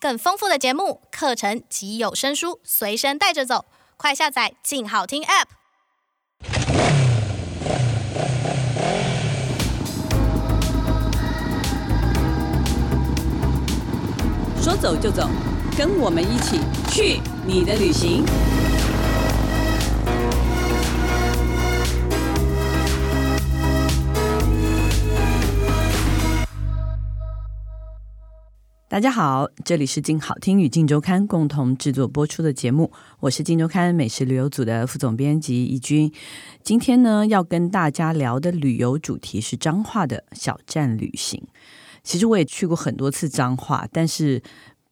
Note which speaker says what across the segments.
Speaker 1: 更丰富的节目、课程及有声书随身带着走，快下载“静好听 ”App。
Speaker 2: 说走就走，跟我们一起去你的旅行。大家好，这里是静好听与静周刊共同制作播出的节目，我是静周刊美食旅游组的副总编辑怡君。今天呢，要跟大家聊的旅游主题是彰化的小站旅行。其实我也去过很多次彰化，但是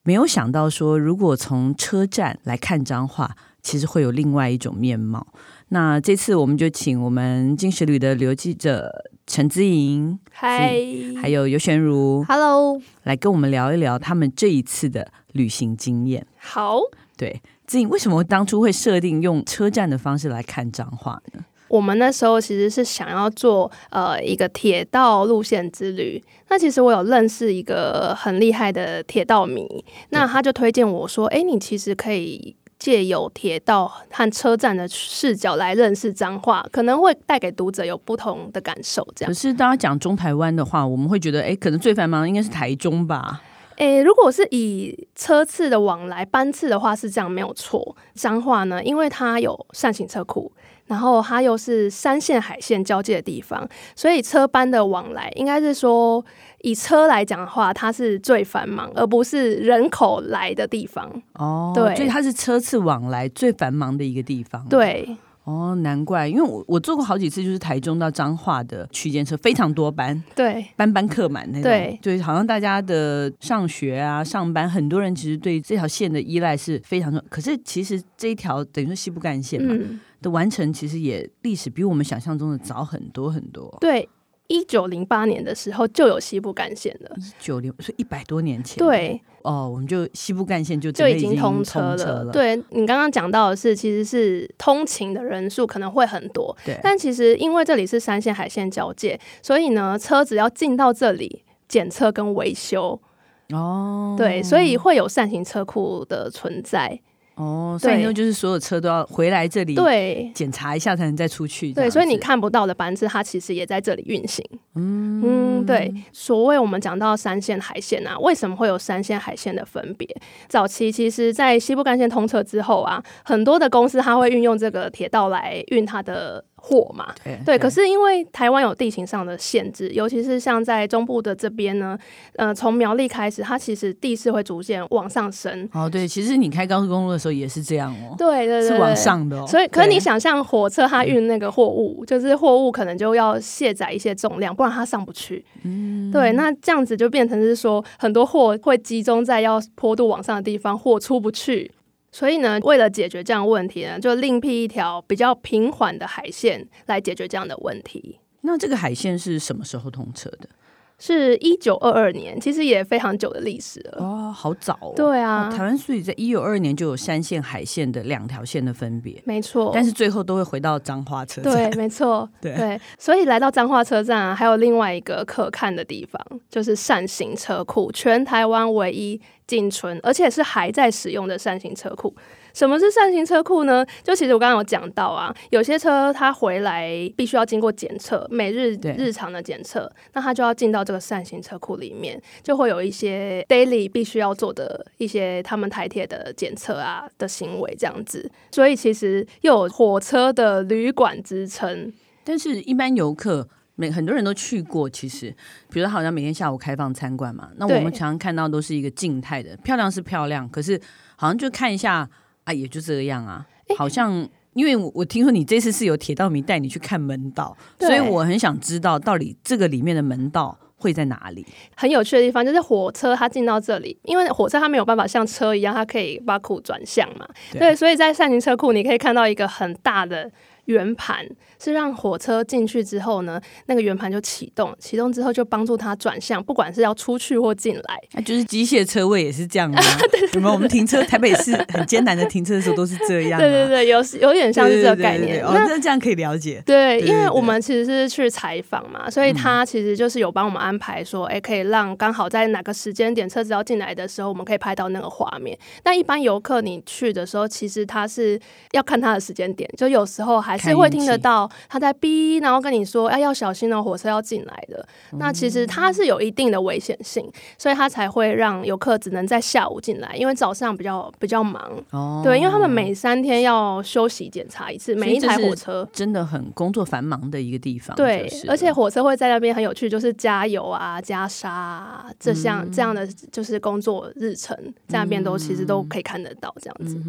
Speaker 2: 没有想到说，如果从车站来看彰化，其实会有另外一种面貌。那这次我们就请我们金石旅的旅游记者陈姿莹，
Speaker 3: 嗨
Speaker 2: 还有尤玄如，
Speaker 3: ，Hello，
Speaker 2: 来跟我们聊一聊他们这一次的旅行经验。
Speaker 3: 好，
Speaker 2: 对，自己为什么当初会设定用车站的方式来看彰化呢？
Speaker 3: 我们那时候其实是想要做呃一个铁道路线之旅。那其实我有认识一个很厉害的铁道迷，那他就推荐我说：“哎，你其实可以。”借由铁道和车站的视角来认识彰化，可能会带给读者有不同的感受。这样
Speaker 2: 可，是大家讲中台湾的话，我们会觉得，哎，可能最繁忙的应该是台中吧？
Speaker 3: 诶，如果是以车次的往来班次的话，是这样没有错。彰化呢，因为它有扇形车库，然后它又是山线海线交界的地方，所以车班的往来应该是说，以车来讲的话，它是最繁忙，而不是人口来的地方。
Speaker 2: 哦，
Speaker 3: 对
Speaker 2: 所以它是车次往来最繁忙的一个地方。，
Speaker 3: 对，
Speaker 2: 哦，难怪，因为我我坐过好几次，就是台中到彰化的区间车，非常多班，
Speaker 3: 对，
Speaker 2: 班班客满那种。
Speaker 3: 对
Speaker 2: 对，好像大家的上学啊、上班，很多人其实对这条线的依赖是非常重。可是其实这一条等于说西部干线嘛、
Speaker 3: 嗯，
Speaker 2: 的完成，其实也历史比我们想象中的早很多很多。
Speaker 3: 对。一九零八年的时候就有西部干线了，
Speaker 2: 一九零，所以一百多年前。。
Speaker 3: 对，
Speaker 2: 哦，我们就西部干线就
Speaker 3: 就
Speaker 2: 真的
Speaker 3: 已
Speaker 2: 已
Speaker 3: 经通
Speaker 2: 车
Speaker 3: 车了。
Speaker 2: 了。
Speaker 3: 对你刚刚讲到的是，其实是通勤的人数可能会很多，
Speaker 2: 对
Speaker 3: 但其实因为这里是山线海线交界，所以呢，车子要进到这里检测跟维修，
Speaker 2: 哦，
Speaker 3: 对，所以会有扇形车库的存在，
Speaker 2: 哦，所
Speaker 3: 对
Speaker 2: 以呢就是所有车都要回来这里
Speaker 3: 对。
Speaker 2: 检查一下才能再出去。这
Speaker 3: 对，
Speaker 2: 样
Speaker 3: 所以你
Speaker 2: 子，
Speaker 3: 看不到的班次，它其实也在这里运行。嗯对。所谓我们讲到三线、海线啊，为什么会有三线、海线的分别？早期其实，在西部干线通车之后啊，很多的公司它会运用这个铁道来运它的货嘛。
Speaker 2: 对
Speaker 3: 对，可是因为台湾有地形上的限制，尤其是像在中部的这边呢，呃，从苗栗开始，它其实地势会逐渐往上升。
Speaker 2: 哦，对，其实你开高速公路的时候也是这样哦，
Speaker 3: 对对对
Speaker 2: 是
Speaker 3: 对
Speaker 2: 往上的哦。
Speaker 3: 所以，可是
Speaker 2: 对嗯
Speaker 3: 你想象火车它运那个货物，就是货物可能就要卸载一些重量，不然它上不去。嗯，对，那这样子就变成是说，很多货会集中在要坡度往上的地方，货出不去。所以呢，为了解决这样的问题呢，就另辟一条比较平缓的海线来解决这样的问题。
Speaker 2: 那这个海线是什么时候通车的？
Speaker 3: 是一九二二年，其实也非常久的历史了。
Speaker 2: 哦，好早哦。
Speaker 3: 呃对
Speaker 2: 哦
Speaker 3: 啊，
Speaker 2: 台湾所以在一九二年就有山线、海线的两条线的分别，
Speaker 3: 没错。
Speaker 2: 但是最后都会回到彰化车
Speaker 3: 哦对
Speaker 2: 站。，
Speaker 3: 没错，
Speaker 2: 对
Speaker 3: 所以来到彰化车站啊，还有另外一个可看的地方，就是扇形车库，全台湾唯一仅存，而且是还在使用的扇形车库。什么是扇形车库呢？就其实我刚刚有讲到啊，有些车它回来必须要经过检测，每日
Speaker 2: 对
Speaker 3: 日常的检测，那它就要进到这个扇形车库里面，就会有一些 daily 必须要做的一些他们台铁的检测啊的行为这样子。所以其实又有火车的旅馆之称，
Speaker 2: 但是，一般游客。每很多人都去过，其实，比如说好像每天下午开放参观嘛，那我
Speaker 3: 对
Speaker 2: 们常常看到都是一个静态的，漂亮是漂亮，可是好像就看一下啊，也就这样啊，好像因为我我听说你这次是有铁道迷带你去看门道，
Speaker 3: 对
Speaker 2: 所以我很想知道到底这个里面的门道会在哪里。
Speaker 3: 很有趣的地方就是火车它进到这里，因为火车它没有办法像车一样，它可以把库转向嘛。
Speaker 2: 对
Speaker 3: 对，所以在扇形车库你可以看到一个很大的圆盘，是让火车进去之后呢，那个圆盘就启动，启动之后就帮助它转向，不管是要出去或进来。
Speaker 2: 那、啊就是机械车位也是这样 吗？有没有？我们停车台北市很艰难的停车的时候都是这样、啊。
Speaker 3: 对对对，有有点像是这个概
Speaker 2: 对对对
Speaker 3: 念。
Speaker 2: 对哦，
Speaker 3: 那
Speaker 2: 那这样可以了解。
Speaker 3: 对，
Speaker 2: 对
Speaker 3: 因为
Speaker 2: 对嗯
Speaker 3: 我们其实是去采访嘛，所以他其实就是有帮我们安排说，哎、可以让刚好在哪个时间点车子要进来的时候，我们可以拍到那个画面。但一般游客你去的时候，其实他是要看他的时间点，就有时候还是会听得到他在哔，然后跟你说，哎、要小心哦、火车要进来的。那其实它
Speaker 2: 哦
Speaker 3: 是有一定的危险性，所以他才会让游客只能在下午进来，因为早上比较比较忙。
Speaker 2: 哦，
Speaker 3: 对，因为他们每三天要休息检查一次，
Speaker 2: 所以
Speaker 3: 每一台
Speaker 2: 就是
Speaker 3: 火车。
Speaker 2: 真的很工作繁忙的一个地方。
Speaker 3: 对
Speaker 2: 就是，了
Speaker 3: 而且火车会在那边很有趣，就是加油啊、加沙啊，这项、这样的就是工作日程，在那边都其实都可以看得到这样子。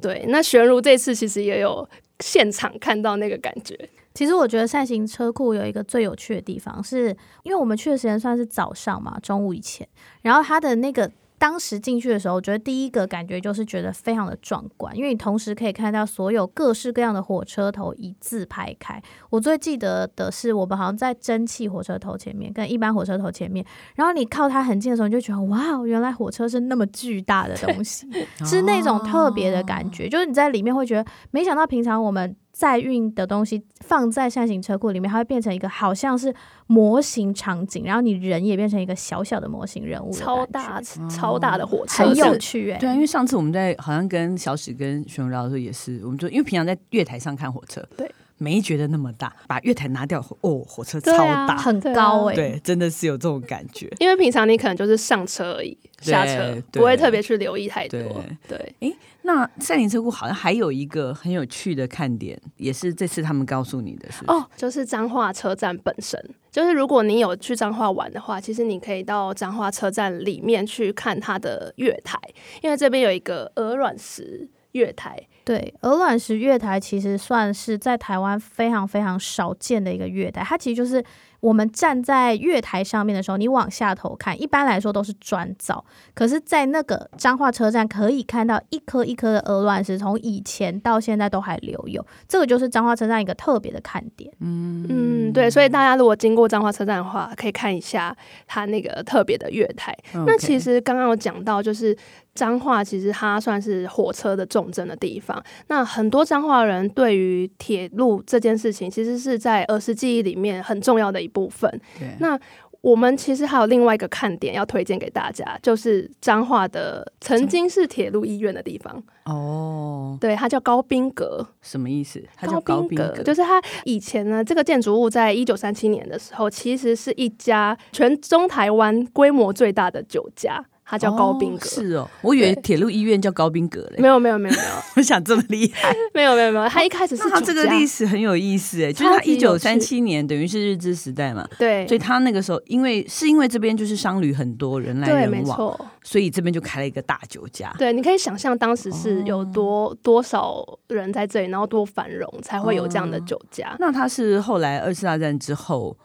Speaker 3: 对，那玄如这次其实也有现场看到那个感觉，
Speaker 4: 其实我觉得扇形车库有一个最有趣的地方是，因为我们去的时间算是早上嘛，中午以前，然后它的那个。当时进去的时候，我觉得第一个感觉就是觉得非常的壮观，因为你同时可以看到所有各式各样的火车头一字排开。我最记得的是，我们好像在蒸汽火车头前面，跟一般火车头前面，然后你靠它很近的时候，你就觉得哇，原来火车是那么巨大的东西。是那种特别的感觉，就是你在里面会觉得，没想到平常我们载运的东西放在扇形车库里面，它会变成一个好像是模型场景，然后你人也变成一个小小的模型人物的感觉，
Speaker 3: 超大、超大的火车，
Speaker 4: 很有
Speaker 3: 是
Speaker 4: 趣哎、
Speaker 2: 对啊，因为上次我们在好像跟小史跟熊荣聊的时候也是，我们就因为平常在月台上看火车，
Speaker 3: 对，
Speaker 2: 没觉得那么大，把月台拿掉，哦，火车超
Speaker 3: 对啊
Speaker 2: 大，
Speaker 4: 很高哎、
Speaker 2: 对，真的是有这种感觉。
Speaker 3: 因为平常你可能就是上车而已，
Speaker 2: 对
Speaker 3: 下车
Speaker 2: 对
Speaker 3: 不会特别去留意太多。对，
Speaker 2: 那赛林车库好像还有一个很有趣的看点，也是这次他们告诉你的是不是，
Speaker 3: 哦，就是彰化车站本身。就是如果你有去彰化玩的话，其实你可以到彰化车站里面去看它的月台，因为这边有一个鹅卵石月台，
Speaker 4: 对，鹅卵石月台其实算是在台湾非常非常少见的一个月台，它其实就是我们站在月台上面的时候，你往下头看，一般来说都是砖造，可是，在那个彰化车站可以看到一颗一颗的鹅卵石，从以前到现在都还留有，这个就是彰化车站一个特别的看点。
Speaker 3: 嗯，对，所以大家如果经过彰化车站的话，可以看一下它那个特别的月台。那
Speaker 2: OK
Speaker 3: 其实刚刚有讲到，就是彰化其实它算是火车的重镇的地方。那很多彰化人对于铁路这件事情，其实是在儿时记忆里面很重要的一部分。
Speaker 2: 对
Speaker 3: 那我们其实还有另外一个看点要推荐给大家，就是彰化的曾经是铁路医院的地方，
Speaker 2: 哦，
Speaker 3: 对，它叫高滨阁。
Speaker 2: 什么意思？它叫
Speaker 3: 高
Speaker 2: 高
Speaker 3: 宾
Speaker 2: 宾
Speaker 3: 格
Speaker 2: 格，
Speaker 3: 就是它以前呢，这个建筑物在一九三七年的时候，其实是一家全中台湾规模最大的酒家，它叫高宾
Speaker 2: 哦
Speaker 3: 格。
Speaker 2: 是哦，我以为
Speaker 3: 对
Speaker 2: 铁路医院叫高宾格嘞
Speaker 3: 没，有没有没有 没有
Speaker 2: 我想这么厉害。
Speaker 3: 没有没有没有，它一开始是
Speaker 2: 哦那它
Speaker 3: 酒
Speaker 2: 这个
Speaker 3: 家
Speaker 2: 历史很有意思哎，就是它
Speaker 3: 超级
Speaker 2: 一
Speaker 3: 有
Speaker 2: 九
Speaker 3: 趣
Speaker 2: 三七年等于是日治时代嘛，
Speaker 3: 对
Speaker 2: 所以他那个时候因为是因为这边就是商旅很多人来
Speaker 3: 对，
Speaker 2: 人
Speaker 3: 没
Speaker 2: 往，
Speaker 3: 错，
Speaker 2: 所以这边就开了一个大酒家。
Speaker 3: 对，你可以想象当时是有
Speaker 2: 哦
Speaker 3: 多、多少人在这里，然后多繁荣才会有这
Speaker 2: 哦
Speaker 3: 样的酒家。
Speaker 2: 那它是后来二次大战之后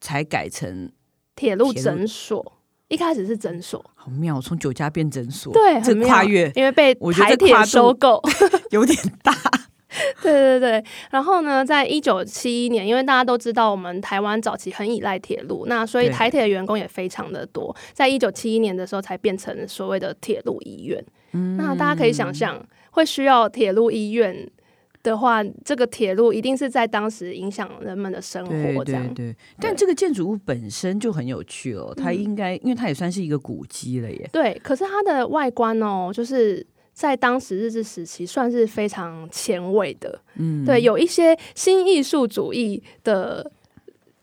Speaker 2: 才改成，
Speaker 3: 铁路
Speaker 2: 铁路
Speaker 3: 诊所一开始是诊所，
Speaker 2: 好妙，从酒家变诊所，
Speaker 3: 对，
Speaker 2: 这
Speaker 3: 很妙
Speaker 2: 跨越
Speaker 3: 因为被
Speaker 2: 我觉得
Speaker 3: 台
Speaker 2: 这
Speaker 3: 铁
Speaker 2: 跨度
Speaker 3: 收购，
Speaker 2: 有点大。
Speaker 3: 对对对，然后呢，在一九七一年，因为大家都知道我们台湾早期很依赖铁路，那所以
Speaker 2: 对
Speaker 3: 台铁的员工也非常的多，在一九七一年的时候才变成所谓的铁路医院。
Speaker 2: 嗯
Speaker 3: 那大家可以想象，会需要铁路医院的话，这个铁路一定是在当时影响人们的生
Speaker 2: 对
Speaker 3: 活，这样
Speaker 2: 对对，但这个建筑物本身就很有趣哦，它
Speaker 3: 嗯
Speaker 2: 应该因为它也算是一个古迹了耶。
Speaker 3: 对，可是它的外观哦，就是在当时日治时期算是非常前卫的，嗯，对，有一些新艺术主义的。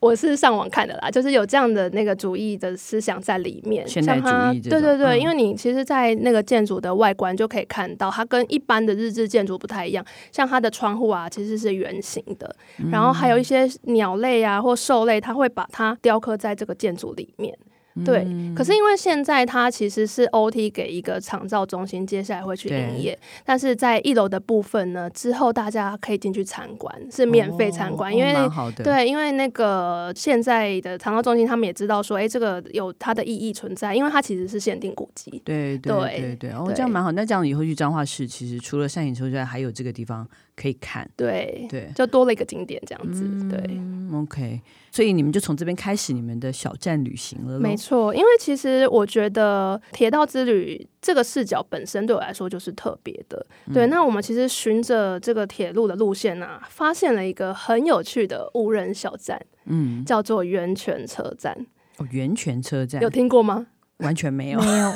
Speaker 3: 我是上网看的啦，就是有这样的那个主义的思想在里面，
Speaker 2: 现代
Speaker 3: 像它
Speaker 2: 主义这
Speaker 3: 对对
Speaker 2: 种
Speaker 3: 对，
Speaker 2: 嗯
Speaker 3: 因为你其实，在那个建筑的外观就可以看到，它跟一般的日制建筑不太一样，像它的窗户啊，其实是圆形的，
Speaker 2: 嗯
Speaker 3: 然后还有一些鸟类啊或兽类，它会把它雕刻在这个建筑里面。
Speaker 2: 嗯
Speaker 3: 对，可是因为现在它其实是 OT 给一个厂造中心，接下来会去营业，但是在一楼的部分呢，之后大家可以进去参观，是免费参观，
Speaker 2: 哦
Speaker 3: 因为。
Speaker 2: 蛮好的，
Speaker 3: 对，因为那个现在的厂造中心，他们也知道说，哎，这个有它的意义存在，因为它其实是限定古迹。
Speaker 2: 对对
Speaker 3: 对
Speaker 2: 对对，哦，
Speaker 3: 对
Speaker 2: 这样蛮好。那这样以后去彰化市，其实除了善影车之外，还有这个地方可以看。
Speaker 3: 对，
Speaker 2: 对
Speaker 3: 就多了一个景点这样子， 对。
Speaker 2: 嗯，OK，所以你们就从这边开始你们的小站旅行了咯。
Speaker 3: 没错，因为其实我觉得铁道之旅这个视角本身对我来说就是特别的。对，那我们其实循着这个铁路的路线啊，发现了一个很有趣的无人小站，
Speaker 2: 嗯，
Speaker 3: 叫做源泉车站，
Speaker 2: 哦，源泉车站
Speaker 3: 有听过吗？
Speaker 2: 完全没有，
Speaker 4: 没有，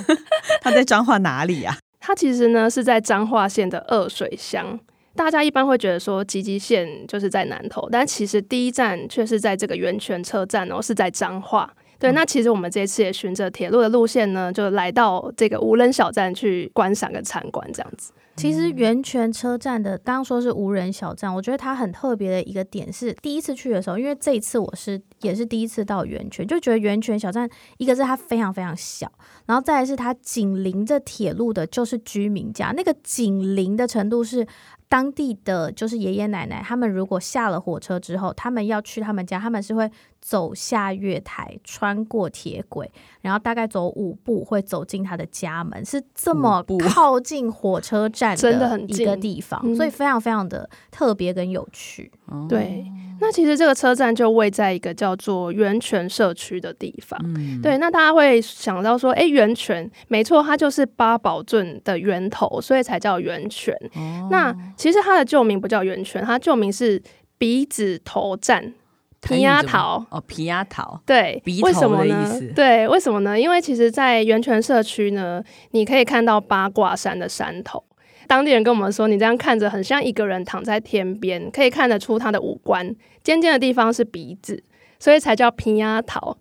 Speaker 2: 它在彰化哪里啊呀、
Speaker 3: 它其实呢是在彰化县的二水乡。大家一般会觉得说集集县就是在南投，但其实第一站却是在这个源泉车站哦，是在彰化。对，那其实我们这次也循着铁路的路线呢，就来到这个无人小站去观赏跟参观这样子。
Speaker 4: 其实源泉车站的刚刚说是无人小站，我觉得它很特别的一个点是，第一次去的时候，因为这一次我是也是第一次到源泉，就觉得源泉小站，一个是它非常非常小，然后再来是它紧邻着铁路的就是居民家，那个紧邻的程度是。当地的就是爷爷奶奶，他们如果下了火车之后，他们要去他们家，他们是会走下月台，穿过铁轨，然后大概走五步会走进他的家门，是这么
Speaker 2: 五步
Speaker 4: 靠近火车站
Speaker 3: 真的很
Speaker 4: 一个
Speaker 3: 近
Speaker 4: 地方，
Speaker 3: 嗯
Speaker 4: 所以非常非常的特别跟有趣。
Speaker 2: 哦，
Speaker 3: 对，那其实这个车站就位在一个叫做源泉社区的地方。
Speaker 2: 嗯，
Speaker 3: 对，那大家会想到说，哎，源泉，没错，它就是八宝镇的源头，所以才叫源泉。
Speaker 2: 哦
Speaker 3: 那其实它的旧名不叫源泉，它旧名是鼻子头站。
Speaker 2: 台
Speaker 3: 皮
Speaker 2: 语
Speaker 3: 亚
Speaker 2: 怎么
Speaker 3: 桃
Speaker 2: 哦，皮亚桃，
Speaker 3: 对
Speaker 2: 鼻，
Speaker 3: 为
Speaker 2: 头
Speaker 3: 什么
Speaker 2: 的意
Speaker 3: 呢
Speaker 2: 思？
Speaker 3: 对，为什么呢？因为其实，在源泉社区呢，你可以看到八卦山的山头。当地人跟我们说，你这样看着很像一个人躺在天边，可以看得出他的五官，尖尖的地方是鼻子，所以才叫皮亚桃。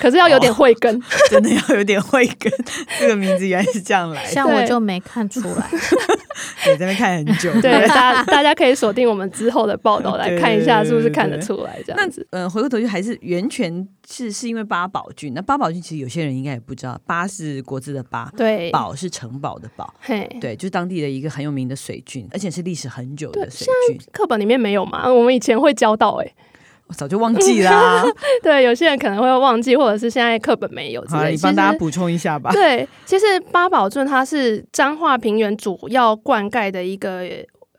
Speaker 3: 可是要
Speaker 2: 哦
Speaker 3: 有点慧根，
Speaker 2: 真的要有点慧根，这个名字原来是这样来的，
Speaker 4: 像我
Speaker 3: 对
Speaker 4: 就没看出 来，
Speaker 2: 你在那边看很久。
Speaker 3: 对，大家大家可以锁定我们之后的报道来看一下，
Speaker 2: 对对对
Speaker 3: 是不是看得出来这
Speaker 2: 那
Speaker 3: 样子。
Speaker 2: 嗯，回过头去还是源泉是是因为八宝郡，那八宝郡其实有些人应该也不知道，八是国字的八，
Speaker 3: 对，
Speaker 2: 宝是城堡的堡，
Speaker 3: 嘿，
Speaker 2: 对，就是当地的一个很有名的水郡，而且是历史很久的水郡，
Speaker 3: 课本里面没有嘛？我们以前会教到、欸，
Speaker 2: 我早就忘记啦。
Speaker 3: 对，有些人可能会忘记，或者是现在课本没有之
Speaker 2: 好啦，
Speaker 3: 类。
Speaker 2: 你帮大家
Speaker 3: 其实
Speaker 2: 补充一下 吧。
Speaker 3: 对，其实八宝镇它是彰化平原主要灌溉的一个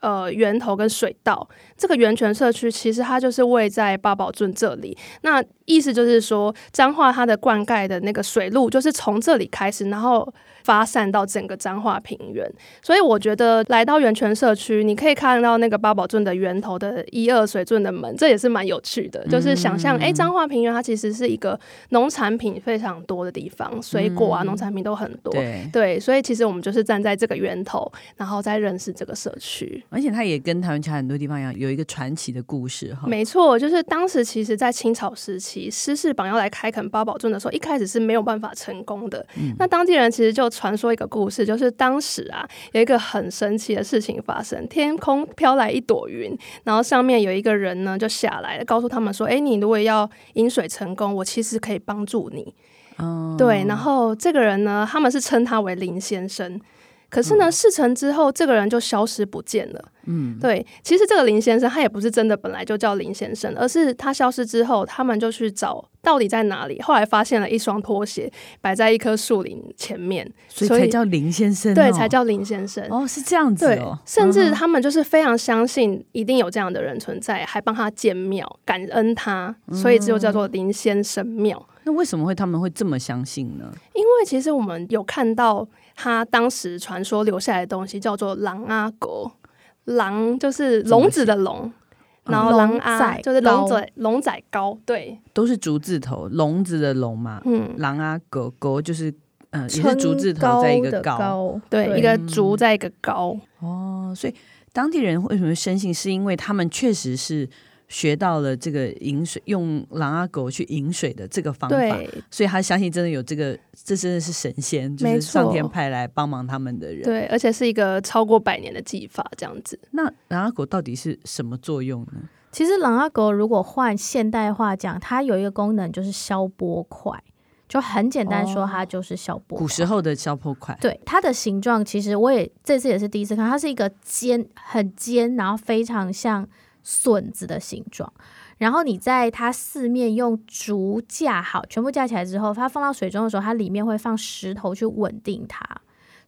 Speaker 3: 呃源头跟水道。这个源泉社区其实它就是位在八宝镇这里。那意思就是说，彰化它的灌溉的那个水路就是从这里开始，然后发散到整个彰化平原。所以我觉得来到源泉社区，你可以看到那个八宝镇的源头的一二水圳的门，这也是蛮有趣的。就是想象，哎、彰化平原它其实是一个农产品非常多的地方，水果啊、农产品都很多。
Speaker 2: 对，
Speaker 3: 对，所以其实我们就是站在这个源头，然后再认识这个社区。
Speaker 2: 而且它也跟台湾其他很多地方一样，有一个传奇的故事哈。
Speaker 3: 没错，就是当时其实，在清朝时期，施世榜要来开垦八宝镇的时候，一开始是没有办法成功的。那当地人其实就传说一个故事，就是当时啊，有一个很神奇的事情发生，天空飘来一朵云，然后上面有一个人呢就下来了，告诉他们说：“哎，你如果要饮水成功，我其实可以帮助你。”
Speaker 2: 嗯，
Speaker 3: 对，然后这个人呢，他们是称他为林先生。可是
Speaker 2: 嗯
Speaker 3: 呢，事成之后，这个人就消失不见了。嗯，对，其实这个林先生他也不是真的本来就叫林先生，而是他消失之后，他们就去找到底在哪里。后来发现了一双拖鞋摆在一棵树林前面，
Speaker 2: 所以才叫林先生哦，
Speaker 3: 对才叫林先生。
Speaker 2: 哦，是这样子
Speaker 3: 对
Speaker 2: 哦，，
Speaker 3: 甚至
Speaker 2: 嗯
Speaker 3: 他们就是非常相信一定有这样的人存在，还帮他建庙，感恩他，所以就叫
Speaker 2: 嗯
Speaker 3: 做林先生庙。
Speaker 2: 那为什么会他们会这么相信呢？
Speaker 3: 因为其实我们有看到他当时传说留下来的东西叫做狼阿狗，狼就是笼子的笼，
Speaker 2: 怎么写
Speaker 3: 然后狼
Speaker 4: 龙
Speaker 3: 阿
Speaker 4: 仔
Speaker 3: 就是笼
Speaker 4: 糕
Speaker 3: 仔笼仔糕，对，
Speaker 2: 都是竹字头，笼子的笼嘛，
Speaker 3: 嗯，
Speaker 2: 狼啊，狗狗就是呃，也是
Speaker 4: 撑
Speaker 2: 竹字头在 一个
Speaker 4: 的
Speaker 2: 高
Speaker 4: 高，
Speaker 3: 对，一个竹在一个糕，
Speaker 2: 哦，所以当地人为什么深信，是因为他们确实是学到了这个饮水用狼啊狗去饮水的这个嗯方法，
Speaker 3: 对
Speaker 2: 所以他相信真的有这个，这真的是神仙，就
Speaker 3: 没
Speaker 2: 是
Speaker 3: 错
Speaker 2: 上天派来帮忙他们的人。
Speaker 3: 对，而且是一个超过百年的技法这样子。
Speaker 2: 那狼啊狗到底是什么作用呢？
Speaker 4: 其实朗阿狗如果换现代化讲，它有一个功能就是消波块，就很简单说，
Speaker 2: 哦
Speaker 4: 它就是消波块。
Speaker 2: 古时候的消破块，
Speaker 4: 对它的形状，其实我也这次也是第一次看，它是一个尖很尖，然后非常像笋子的形状。然后你在它四面用竹架好，全部架起来之后，它放到水中的时候，它里面会放石头去稳定它。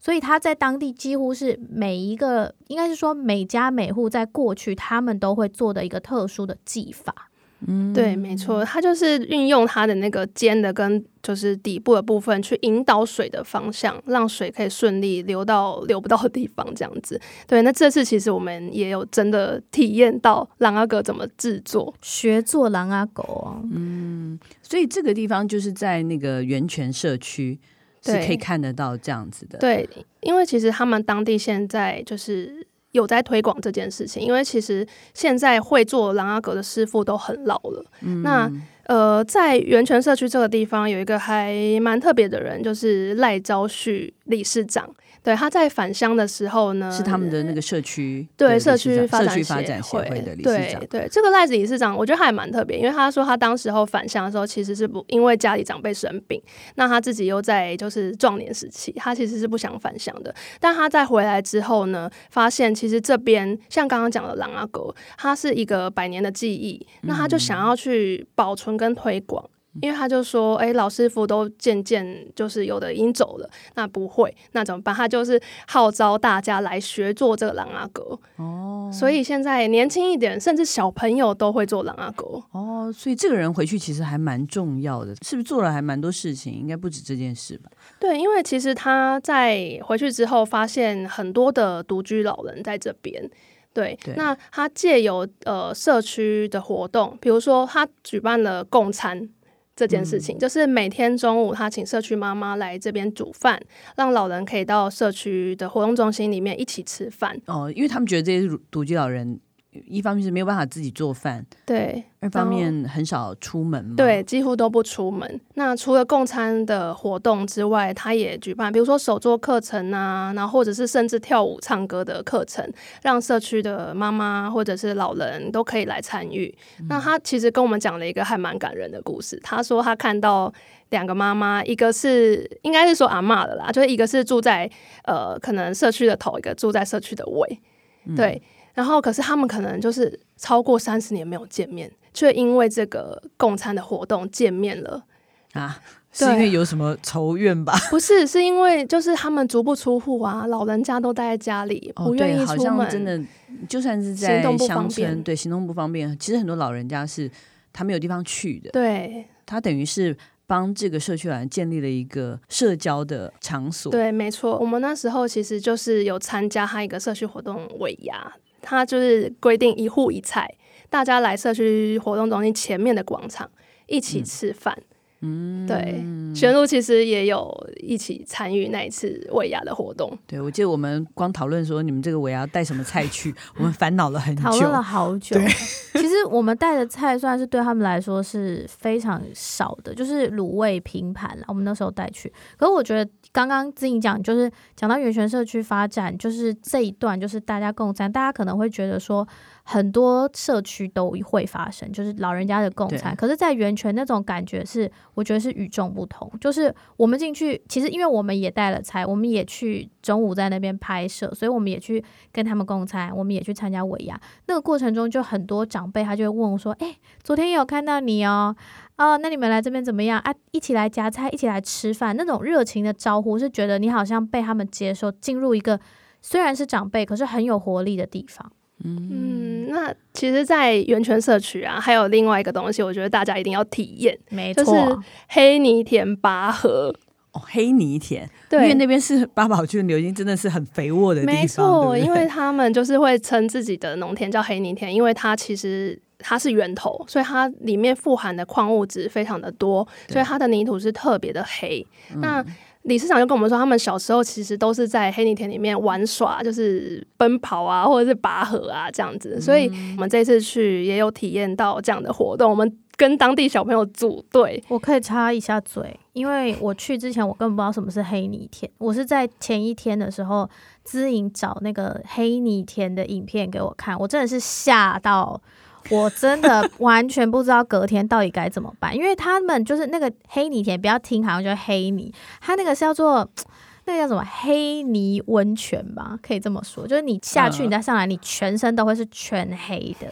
Speaker 4: 所以他在当地几乎是每一个，应该是说每家每户在过去他们都会做的一个特殊的技法。
Speaker 3: 对，没错，它就是运用它的那个尖的跟就是底部的部分去引导水的方向，让水可以顺利流到流不到的地方，这样子。对，那这次其实我们也有真的体验到朗阿哥怎么制作。
Speaker 4: 学做狼啊狗啊，
Speaker 2: 所以这个地方就是在那个源泉社区是
Speaker 3: 对
Speaker 2: 可以看得到这样子的。，
Speaker 3: 对，因为其实他们当地现在就是有在推广这件事情，因为其实现在会做朗阿格的师傅都很老了。
Speaker 2: 嗯
Speaker 3: 那呃，在源泉社区这个地方有一个还蛮特别的人，就是赖昭旭理事长。对，他在返乡的时候呢，
Speaker 2: 是他们的那个社区
Speaker 3: 对
Speaker 2: 的
Speaker 3: 社
Speaker 2: 理事
Speaker 3: 区
Speaker 2: 长
Speaker 3: 发
Speaker 2: 社区发
Speaker 3: 展
Speaker 2: 展协会的理事
Speaker 3: 对
Speaker 2: 长。
Speaker 3: 对，这个赖子理事长，我觉得他还蛮特别，因为他说他当时候返乡的时候，其实是不因为家里长辈生病，那他自己又在就是壮年时期，他其实是不想返乡的。但他在回来之后呢，发现其实这边像刚刚讲的狼阿狗，它是一个百年的记忆，那他就想
Speaker 2: 嗯
Speaker 3: 要去保存跟推广。因为他就说，哎、老师傅都渐渐就是有的已经走了，那不会，那怎么办？他就是号召大家来学做这个狼阿狗。哦，所以现在年轻一点，甚至小朋友都会做狼阿狗。
Speaker 2: 哦，所以这个人回去其实还蛮重要的，是不是做了还蛮多事情？应该不止这件事吧？
Speaker 3: 对，因为其实他在回去之后，发现很多的独居老人在这边。对，
Speaker 2: 对
Speaker 3: 那他借由呃社区的活动，比如说他举办了共餐这件事情，就是每天中午他请社区妈妈来这边煮饭，让老人可以到社区的活动中心里面一起吃饭。
Speaker 2: 哦，因为他们觉得这些独居老人，一方面是没有办法自己做饭，
Speaker 3: 对，
Speaker 2: 二方面很少出门嘛。
Speaker 3: 对，几乎都不出门。那除了共餐的活动之外，他也举办，比如说手作课程啊，然后或者是甚至跳舞、唱歌的课程，让社区的妈妈或者是老人都可以来参与。那他其实跟我们讲了一个还蛮感人的故事。他说他看到两个妈妈，一个是应该是说阿嬷的啦，就是一个是住在呃可能社区的头，一个住在社区的尾，
Speaker 2: 嗯
Speaker 3: 对。然后，可是他们可能就是超过三十年没有见面，却因为这个共餐的活动见面了。
Speaker 2: 啊，是
Speaker 3: 对
Speaker 2: 因为有什么仇怨吧？
Speaker 3: 不是，是因为就是他们足不出户啊，老人家都待在家里，
Speaker 2: 哦，
Speaker 3: 不愿
Speaker 2: 对，
Speaker 3: 意
Speaker 2: 好
Speaker 3: 出
Speaker 2: 像
Speaker 3: 门。
Speaker 2: 真的，就算是
Speaker 3: 行
Speaker 2: 在
Speaker 3: 动不
Speaker 2: 乡
Speaker 3: 方
Speaker 2: 村，
Speaker 3: 便
Speaker 2: 对，行动不方便。其实很多老人家是他没有地方去的，
Speaker 3: 对
Speaker 2: 他等于是帮这个社区老人建立了一个社交的场所。
Speaker 3: 对，没错。我们那时候其实就是有参加他一个社区活动尾牙，他就是规定一户一菜，大家来社区活动中心前面的广场一起吃饭。嗯，对，玄露其实也有一起参与那一次尾牙的活动。
Speaker 2: 对，我记得我们光讨论说你们这个我要带什么菜去，我们烦恼了很久。
Speaker 4: 讨论了好久。其实我们带的菜算是对他们来说是非常少的，就是卤味拼盘啦。我们那时候带去，可是我觉得刚刚自己讲，就是讲到源泉社区发展，就是这一段就是大家共餐，大家可能会觉得说很多社区都会发生，就是老人家的共餐。
Speaker 2: 对
Speaker 4: 可是，在源泉那种感觉是，我觉得是与众不同。就是我们进去，其实因为我们也带了菜，我们也去中午在那边拍摄，所以我们也去跟他们共餐，我们也去参加尾牙。那个过程中，就很多长辈他就会问我说：“哎、昨天有看到你哦，哦，那你们来这边怎么样啊？一起来夹菜，一起来吃饭，那种热情的招呼，是觉得你好像被他们接受，进入一个虽然是长辈，可是很有活力的地方。
Speaker 3: 嗯，那其实，在源泉社区啊，还有另外一个东西，我觉得大家一定要体验
Speaker 4: 没
Speaker 3: 错黑泥田拔河。
Speaker 2: 哦，黑泥田，因为
Speaker 3: 对，
Speaker 2: 那边是八宝郡流经真的是很肥沃的地方，
Speaker 3: 没错，
Speaker 2: 对不对
Speaker 3: 因为他们就是会称自己的农田叫黑泥田，因为它其实它是源头，所以它里面富含的矿物质非常的多，
Speaker 2: 对嗯
Speaker 3: 所以它的泥土是特别的黑。那理事长就跟我们说，他们小时候其实都是在黑泥田里面玩耍，就是奔跑啊，或者是拔河啊这样子。
Speaker 2: 嗯
Speaker 3: 所以我们这次去也有体验到这样的活动，我们跟当地小朋友组队。
Speaker 4: 我可以插一下嘴，因为我去之前我根本不知道什么是黑泥田，我是在前一天的时候，资颖找那个黑泥田的影片给我看，我真的是吓到。我真 的完全不知道隔天到底该怎么办，因为他们就是那个黑泥田，不要听好像就是黑泥，它那个是叫做那个叫什么黑泥温泉吧，可以这么说，就是你下去，
Speaker 2: 嗯
Speaker 4: 你再上来，你全身都会是全黑的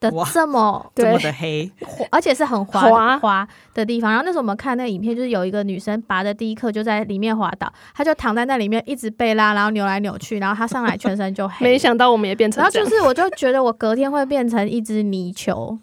Speaker 4: 的
Speaker 2: 哇
Speaker 4: 这么
Speaker 2: 这么
Speaker 3: 对
Speaker 2: 的黑，
Speaker 4: 滑而且是很滑
Speaker 3: 滑
Speaker 4: 的滑的地方。然后那时候我们看那个影片，就是有一个女生拔的第一课就在里面滑倒，她就躺在那里面一直被拉，然后扭来扭去，然后她上来全身就黑。
Speaker 3: 没想到我们也变成
Speaker 4: 然后
Speaker 3: 这
Speaker 4: 就
Speaker 3: 样，
Speaker 4: 是，我就觉得我隔天会变成一只泥鳅，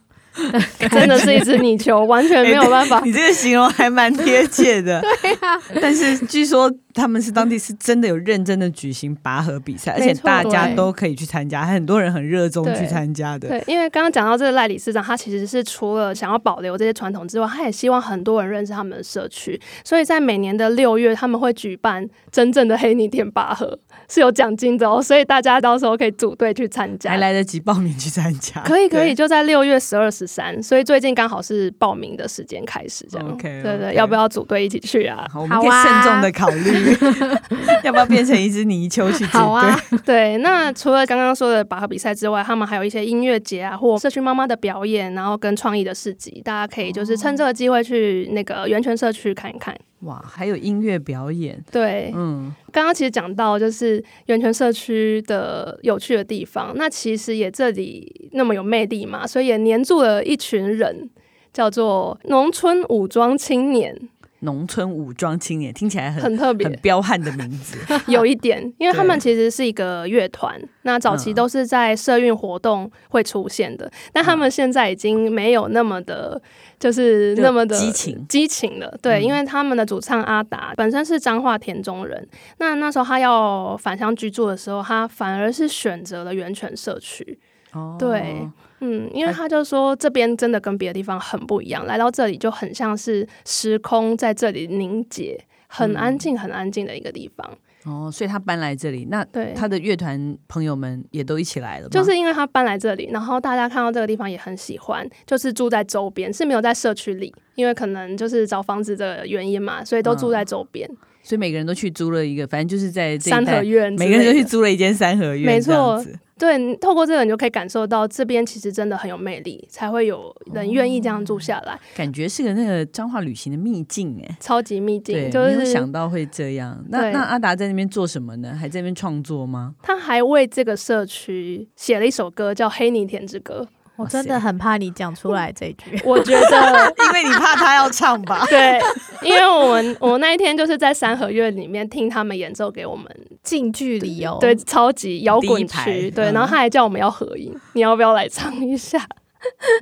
Speaker 3: 真的是一只泥鳅，完全没有办法。
Speaker 2: 你这个形容还蛮贴切 的。对啊，但是据说他们是当地是真的有认真的举行拔河比赛，而且
Speaker 3: 没错
Speaker 2: 大家
Speaker 3: 对
Speaker 2: 都可以去参加，很多人很热衷去
Speaker 3: 对
Speaker 2: 参加的。
Speaker 3: 对，因为刚刚讲到这个赖理事长，他其实是除了想要保留这些传统之外，他也希望很多人认识他们的社区，所以在每年的六月，他们会举办真正的黑泥店拔河，是有奖金的哦，所以大家到时候可以组队去参加
Speaker 2: 还。来得及报名去参加，
Speaker 3: 可以可以，
Speaker 2: 对。
Speaker 3: 就在六月十二、十三，所以最近刚好是报名的时间开始，这样。
Speaker 2: OK，OK
Speaker 3: 对对，要不要组队一起去啊？
Speaker 2: 好，我们
Speaker 4: 好
Speaker 2: 可以
Speaker 4: 啊
Speaker 2: 慎重的考虑， 要不要变成一只泥鳅 去组
Speaker 4: 好啊
Speaker 2: 队？
Speaker 3: 对，那除了刚刚说的拔河比赛之外，他们还有一些音乐节啊，或社区妈妈的表演，然后跟创意的市集，大家可以就是趁这个机会去那个源泉社区看一看。
Speaker 2: 哇，还有音乐表演，
Speaker 3: 对，
Speaker 2: 嗯，
Speaker 3: 刚刚其实讲到就是源泉社区的有趣的地方，那其实也这里那么有魅力嘛，所以也黏住了一群人，叫做农村武装青年，
Speaker 2: 农村武装青年听起来很
Speaker 3: 很特别
Speaker 2: 很。彪悍的名字，
Speaker 3: 有一点，因为他们
Speaker 2: 对
Speaker 3: 其实是一个乐团，那早期
Speaker 2: 嗯
Speaker 3: 都是在社运活动会出现的，但他们现在已经没有那么的，就是
Speaker 2: 就
Speaker 3: 那么的
Speaker 2: 激情
Speaker 3: 激情了。对，
Speaker 2: 嗯
Speaker 3: 因为他们的主唱阿达本身是彰化田中人，那那时候他要返乡居住的时候，他反而是选择了源泉社区。
Speaker 2: 哦
Speaker 3: 对嗯，因
Speaker 2: 哎
Speaker 3: 为他就说这边真的跟别的地方很不一样，来到这里就很像是时空在这里凝结，
Speaker 2: 嗯
Speaker 3: 很安静、很安静的一个地方。
Speaker 2: 哦，所以他搬来这里，那
Speaker 3: 对，
Speaker 2: 他的乐团朋友们也都一起来了吗，
Speaker 3: 就是因为他搬来这里，然后大家看到这个地方也很喜欢，就是住在周边，是没有在社区里，因为可能就是找房子的原因嘛，所以都住
Speaker 2: 嗯
Speaker 3: 在周边、
Speaker 2: 所以每个人都去租了一个，反正就是在这一
Speaker 3: 三合
Speaker 2: 带，
Speaker 3: 院之
Speaker 2: 每
Speaker 3: 类的，
Speaker 2: 个人都去租了一间三合院，
Speaker 3: 没错
Speaker 2: 这样子。
Speaker 3: 对，你透过这个你就可以感受到这边其实真的很有魅力，才会有人愿意这样住下来，
Speaker 2: 感觉是个那个彰化旅行的秘境哎、
Speaker 3: 超级秘
Speaker 2: 对，
Speaker 3: 境。就
Speaker 2: 没有
Speaker 3: 是
Speaker 2: 想到会这样。那
Speaker 3: 对
Speaker 2: 那阿达在那边做什么呢？还在那边创作吗？
Speaker 3: 他还为这个社区写了一首歌，叫《黑泥田之歌
Speaker 4: 我
Speaker 2: 哇
Speaker 4: 真
Speaker 2: 塞
Speaker 4: 的很怕你讲出来这一句》，。
Speaker 3: 我觉 得。？
Speaker 2: 因为你怕他要唱吧
Speaker 3: 对，因为我们我那一天就是在三合院里面听他们演奏给我们
Speaker 4: 近距离哦，
Speaker 3: 对，超级摇
Speaker 2: 第一
Speaker 3: 滚
Speaker 2: 排
Speaker 3: 区，对，
Speaker 2: 嗯
Speaker 3: 然后他还叫我们要合影，你要不要来唱 一下？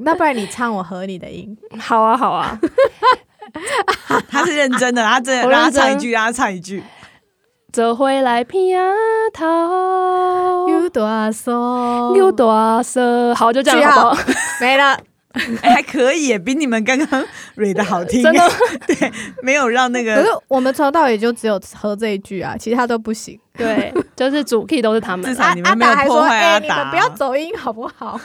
Speaker 4: 那不然你唱我和你的音，
Speaker 3: 好啊，好啊，
Speaker 2: 他是认真的，他真的
Speaker 3: 我
Speaker 2: 让他
Speaker 3: 认
Speaker 2: 唱
Speaker 3: 真
Speaker 2: 一句，让他唱一句。
Speaker 3: 这回来拼啊头，
Speaker 4: 有多松，
Speaker 3: 有多色，好，就这样好不 好？
Speaker 4: 没了，
Speaker 2: 哎，还可以耶，比你们刚刚蕊的好听。
Speaker 3: 真的，
Speaker 2: 没有让那
Speaker 4: 可是
Speaker 2: 个，
Speaker 4: 我们从头到尾就只有和这一句啊，其他都不行。
Speaker 3: 对，就是主 key 都是 他
Speaker 2: 至
Speaker 3: 们，
Speaker 2: 少你们没有
Speaker 4: 阿达还
Speaker 2: 破
Speaker 4: 说：“
Speaker 2: 坏
Speaker 4: 哎、
Speaker 2: 阿
Speaker 4: 你
Speaker 2: 达。
Speaker 4: 们不要走音好不好？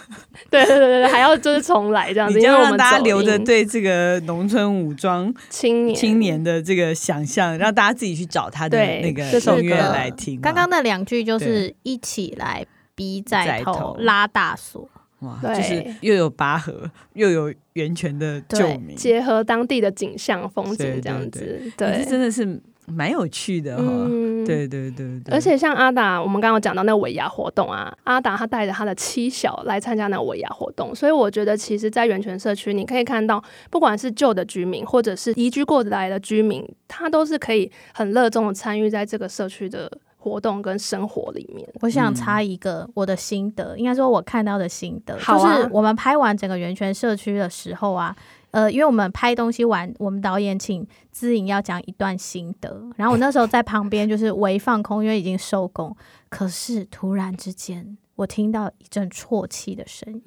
Speaker 3: 对对对对，还要就是重来这样
Speaker 2: 你
Speaker 3: 子，
Speaker 2: 这
Speaker 3: 因为
Speaker 2: 样
Speaker 3: 我
Speaker 2: 让
Speaker 3: 们
Speaker 2: 大家
Speaker 3: 走
Speaker 2: 留着
Speaker 3: 音
Speaker 2: 对这个农村武装
Speaker 3: 青年
Speaker 2: 青年的这个想象，让大家自己去找他的
Speaker 3: 对
Speaker 2: 那个
Speaker 3: 这首
Speaker 2: 音乐
Speaker 3: 歌
Speaker 2: 来听嘛。
Speaker 4: 刚刚那两句就是一起来逼在
Speaker 2: 在
Speaker 4: 头
Speaker 2: 头
Speaker 4: 拉大锁，
Speaker 2: 哇，
Speaker 3: 对
Speaker 2: 就是又有拔河，又有源泉的救命，
Speaker 3: 结合当地的景象风
Speaker 2: 对
Speaker 3: 景这样
Speaker 2: 对
Speaker 3: 子，
Speaker 2: 哎这
Speaker 3: 对，
Speaker 2: 真的是蛮有趣的哈。
Speaker 3: 嗯，
Speaker 2: 对对对对，
Speaker 3: 而且像阿达，我们刚刚有讲到那个尾牙活动啊，阿达他带着他的妻小来参加那个尾牙活动，所以我觉得其实，在源泉社区，你可以看到，不管是旧的居民或者是移居过来的居民，他都是可以很热衷的参与在这个社区的活动跟生活里面。
Speaker 4: 我想插一个我的心得，应该说我看到的心得，
Speaker 3: 好啊
Speaker 4: 就是我们拍完整个源泉社区的时候啊，呃，因为我们拍东西完，我们导演请资颖要讲一段心得，然后我那时候在旁边就是微放空，因为已经收工，可是突然之间。我听到一阵啜泣的声音，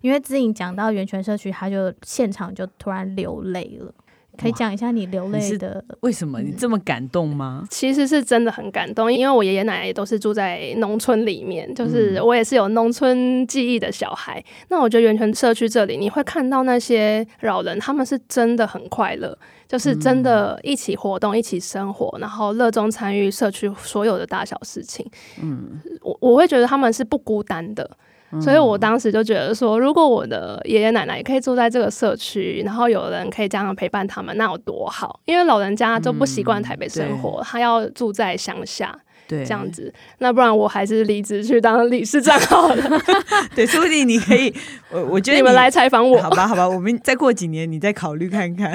Speaker 4: 因为资颖讲到源泉社区，他就现场就突然流泪了。可以
Speaker 2: 哇
Speaker 4: 讲一下你流
Speaker 2: 你
Speaker 4: 泪
Speaker 2: 是
Speaker 4: 的
Speaker 2: 为什么你这么感动吗？
Speaker 3: 其实是真的很感动，因为我爷爷奶奶也都是住在农村里面，就是我也是有农村记忆的小孩。那我觉得源泉社区这里，你会看到那些老人，他们是真的很快乐，就是真
Speaker 2: 嗯
Speaker 3: 的一起活动、一起生活，然后热衷参与社区所有的大小事情。嗯，我我会觉得他们是不孤单的。
Speaker 2: 嗯
Speaker 3: 所以我当时就觉得说，如果我的爷爷奶奶也可以住在这个社区，然后有人可以这样陪伴他们，那有多好？因为老人家就不习惯台北生活，他要住在乡下，
Speaker 2: 嗯对，
Speaker 3: 这样子。那不然我还是离职去当理事长好了。
Speaker 2: 对，说不定你可以，我我觉得
Speaker 3: 你们来采访我
Speaker 2: 好，吧，好吧，我们再过几年你再考虑看看，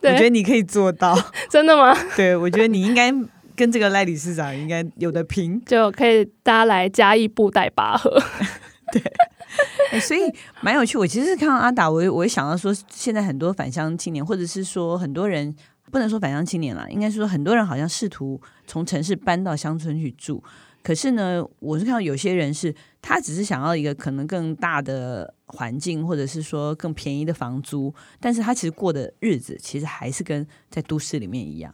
Speaker 2: 我
Speaker 3: 对
Speaker 2: 觉得你可以做到。
Speaker 3: 真的吗？
Speaker 2: 对，我觉得你应该跟这个赖理事长应该有的拼。
Speaker 3: 就可以大家来加一布袋拔河。
Speaker 2: 哎所以蛮有趣。我其实是看到阿达，我也我也想到说，现在很多返乡青年，或者是说很多人。不能说返乡青年啦，应该是说很多人好像试图从城市搬到乡村去住，可是呢，我是看到有些人是他只是想要一个可能更大的环境，或者是说更便宜的房租，但是他其实过的日子其实还是跟在都市里面一样。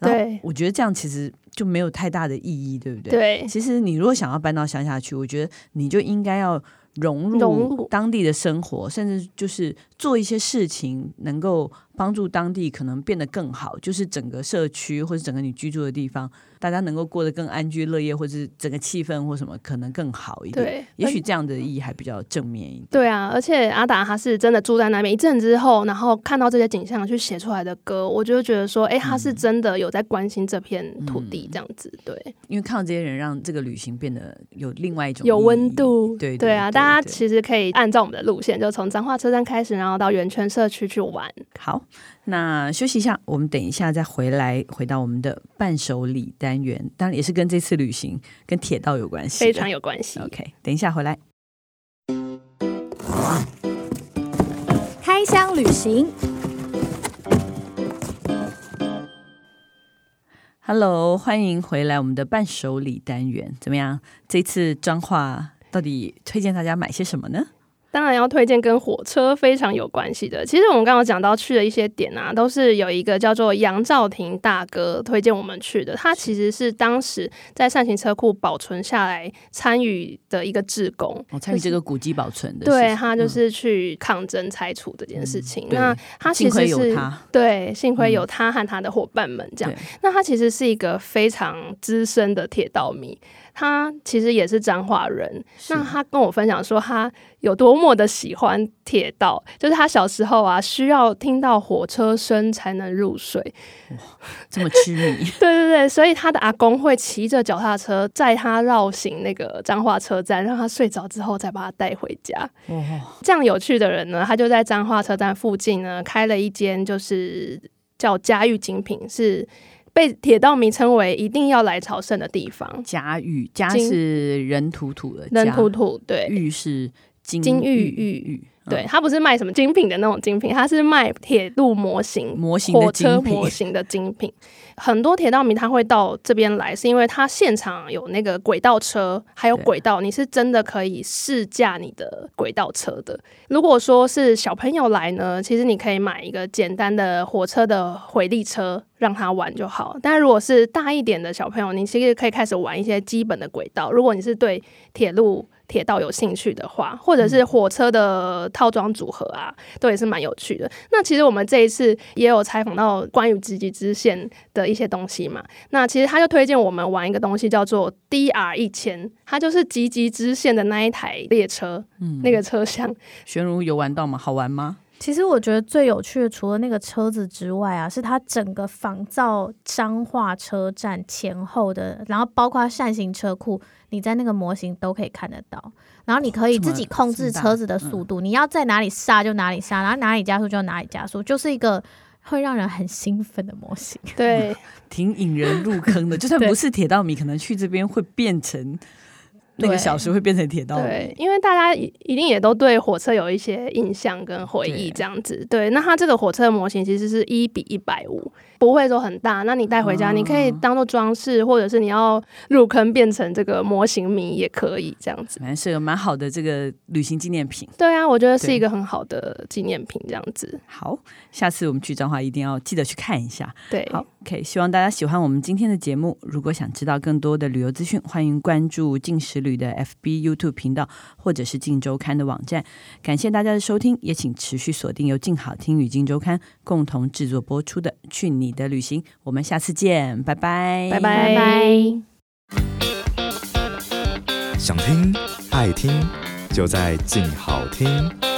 Speaker 2: 然后
Speaker 3: 对
Speaker 2: 我觉得这样其实就没有太大的意义，对不对？
Speaker 3: 对
Speaker 2: 其实你如果想要搬到乡下去，我觉得你就应该要融
Speaker 3: 融
Speaker 2: 入
Speaker 3: 入
Speaker 2: 当地的生活，甚至就是做一些事情，能够帮助当地可能变得更好，就是整个社区或者整个你居住的地方，大家能够过得更安居乐业，或者是整个气氛或什么可能更好一点。
Speaker 3: 对，
Speaker 2: 也许这样的意义还比较正面一点。
Speaker 3: 对啊，而且阿达他是真的住在那边一阵之后，然后看到这些景象去写出来的歌，我就觉得说，哎、他是真的有在关心这片土地，这样
Speaker 2: 嗯
Speaker 3: 子，对，
Speaker 2: 因为看到这些人，让这个旅行变得有另外一种
Speaker 3: 有
Speaker 2: 意义
Speaker 3: 温度，
Speaker 2: 嗯对
Speaker 3: 对啊，
Speaker 2: 对
Speaker 3: 大家
Speaker 2: 对
Speaker 3: 其实可以按照我们的路线，就从彰化车站开始，然后到圆圈社区去玩。
Speaker 2: 好，那休息一下，我们等一下再回来，回到我们的伴手礼单元，当然也是跟这次旅行跟铁道有关系的，
Speaker 3: 非常有关系。
Speaker 2: OK。等一下回来，
Speaker 1: 开箱旅行。
Speaker 2: Hello，欢迎回来我们的伴手礼单元，怎么样？这次彰化到底推荐大家买些什么呢？
Speaker 3: 当然要推荐跟火车非常有关系的。其实我们刚刚讲到去的一些点啊，都是有一个叫做杨兆廷大哥推荐我们去的。他其实是当时在善行车库保存下来参与的一个志工。
Speaker 2: 我参与这个古迹保存的事情，
Speaker 3: 哦对他就是去抗争拆除这件事情，
Speaker 2: 嗯对
Speaker 3: 那他其
Speaker 2: 幸
Speaker 3: 实
Speaker 2: 亏有
Speaker 3: 是
Speaker 2: 他，
Speaker 3: 对，幸亏有
Speaker 2: 嗯
Speaker 3: 他和他的伙伴们这样。
Speaker 2: 对
Speaker 3: 那他其实是一个非常资深的铁道迷，他其实也是彰化人。
Speaker 2: 是
Speaker 3: 那他跟我分享说，他有多么的喜欢铁道，就是他小时候啊，需要听到火车声才能入睡。
Speaker 2: 这么痴 迷，
Speaker 3: 对对对，所以他的阿公会骑着脚踏车载他绕行那个彰化车站，让他睡着之后再把他带回家。
Speaker 2: 哦，
Speaker 3: 这样有趣的人呢，他就在彰化车站附近呢开了一间，就是叫嘉裕精品，是被铁道迷称为一定要来朝圣的地方。
Speaker 2: 家玉家
Speaker 3: 金
Speaker 2: 是人土土的家，
Speaker 3: 人土土，对
Speaker 2: 玉是金
Speaker 3: 金玉
Speaker 2: 玉
Speaker 3: 玉
Speaker 2: 玉，
Speaker 3: 对，他不是卖什么精品的那种精品，他是卖铁路模型
Speaker 2: 嗯、模型
Speaker 3: 火
Speaker 2: 的
Speaker 3: 车
Speaker 2: 精品
Speaker 3: 模型的精品。很多铁道迷他会到这边来，是因为他现场有那个轨道车，还有
Speaker 2: 对
Speaker 3: 轨道，你是真的可以试驾你的轨道车的。如果说是小朋友来呢，其实你可以买一个简单的火车的回力车让他玩就好。但如果是大一点的小朋友，你其实可以开始玩一些基本的轨道。如果你是对铁路。铁道有兴趣的话，或者是火车的套装组合啊，都也是蛮有趣的。那其实我们这一次也有采访到关于直击支线的一些东西嘛。那其实他就推荐我们玩一个东西叫做 DR 一千，它就是吉吉支线的那一台列车，那个车厢。
Speaker 2: 玄如有玩到吗？好玩吗？
Speaker 4: 其实我觉得最有趣的，除了那个车子之外啊，是它整个仿造彰化车站前后的，然后包括扇形车库，你在那个模型都可以看得到。然后你可以自己控制车子的速度，你要在哪里刹就哪里刹，然后哪里加速就哪里加速，就是一个会让人很兴奋的模型。
Speaker 3: 对，
Speaker 2: 挺引人入坑 的。就算
Speaker 4: 对
Speaker 2: 不是铁道迷，可能去这边会变成那个
Speaker 3: 对
Speaker 2: 小时会变成铁道
Speaker 3: 对
Speaker 2: 迷，，
Speaker 3: 因为大家一一定也都对火车有一些印象跟回
Speaker 2: 对
Speaker 3: 忆，这样子。对，那它这个火车的模型其实是一比一百五，不会说很大。那你带回家，
Speaker 2: 哦
Speaker 3: 你可以当做装饰，或者是你要入坑变成这个模型迷也可以这样子。
Speaker 2: 蛮是个蛮好的这个旅行纪念品。
Speaker 3: 对啊，我觉得是
Speaker 2: 对
Speaker 3: 一个很好的纪念品，这样子。
Speaker 2: 好，下次我们去彰化一定要记得去看一下。
Speaker 3: 对，
Speaker 2: 好，OK，希望大家喜欢我们今天的节目。如果想知道更多的旅游资讯，欢迎关注静时旅的 FB、YouTube 频道，或者是静周刊的网站。感谢大家的收听，也请持续锁定由静好听与静周刊共同制作播出的《去你的旅行》，我们下次见，拜拜，
Speaker 3: 拜
Speaker 4: 拜拜
Speaker 5: 想听爱听，就在静好听。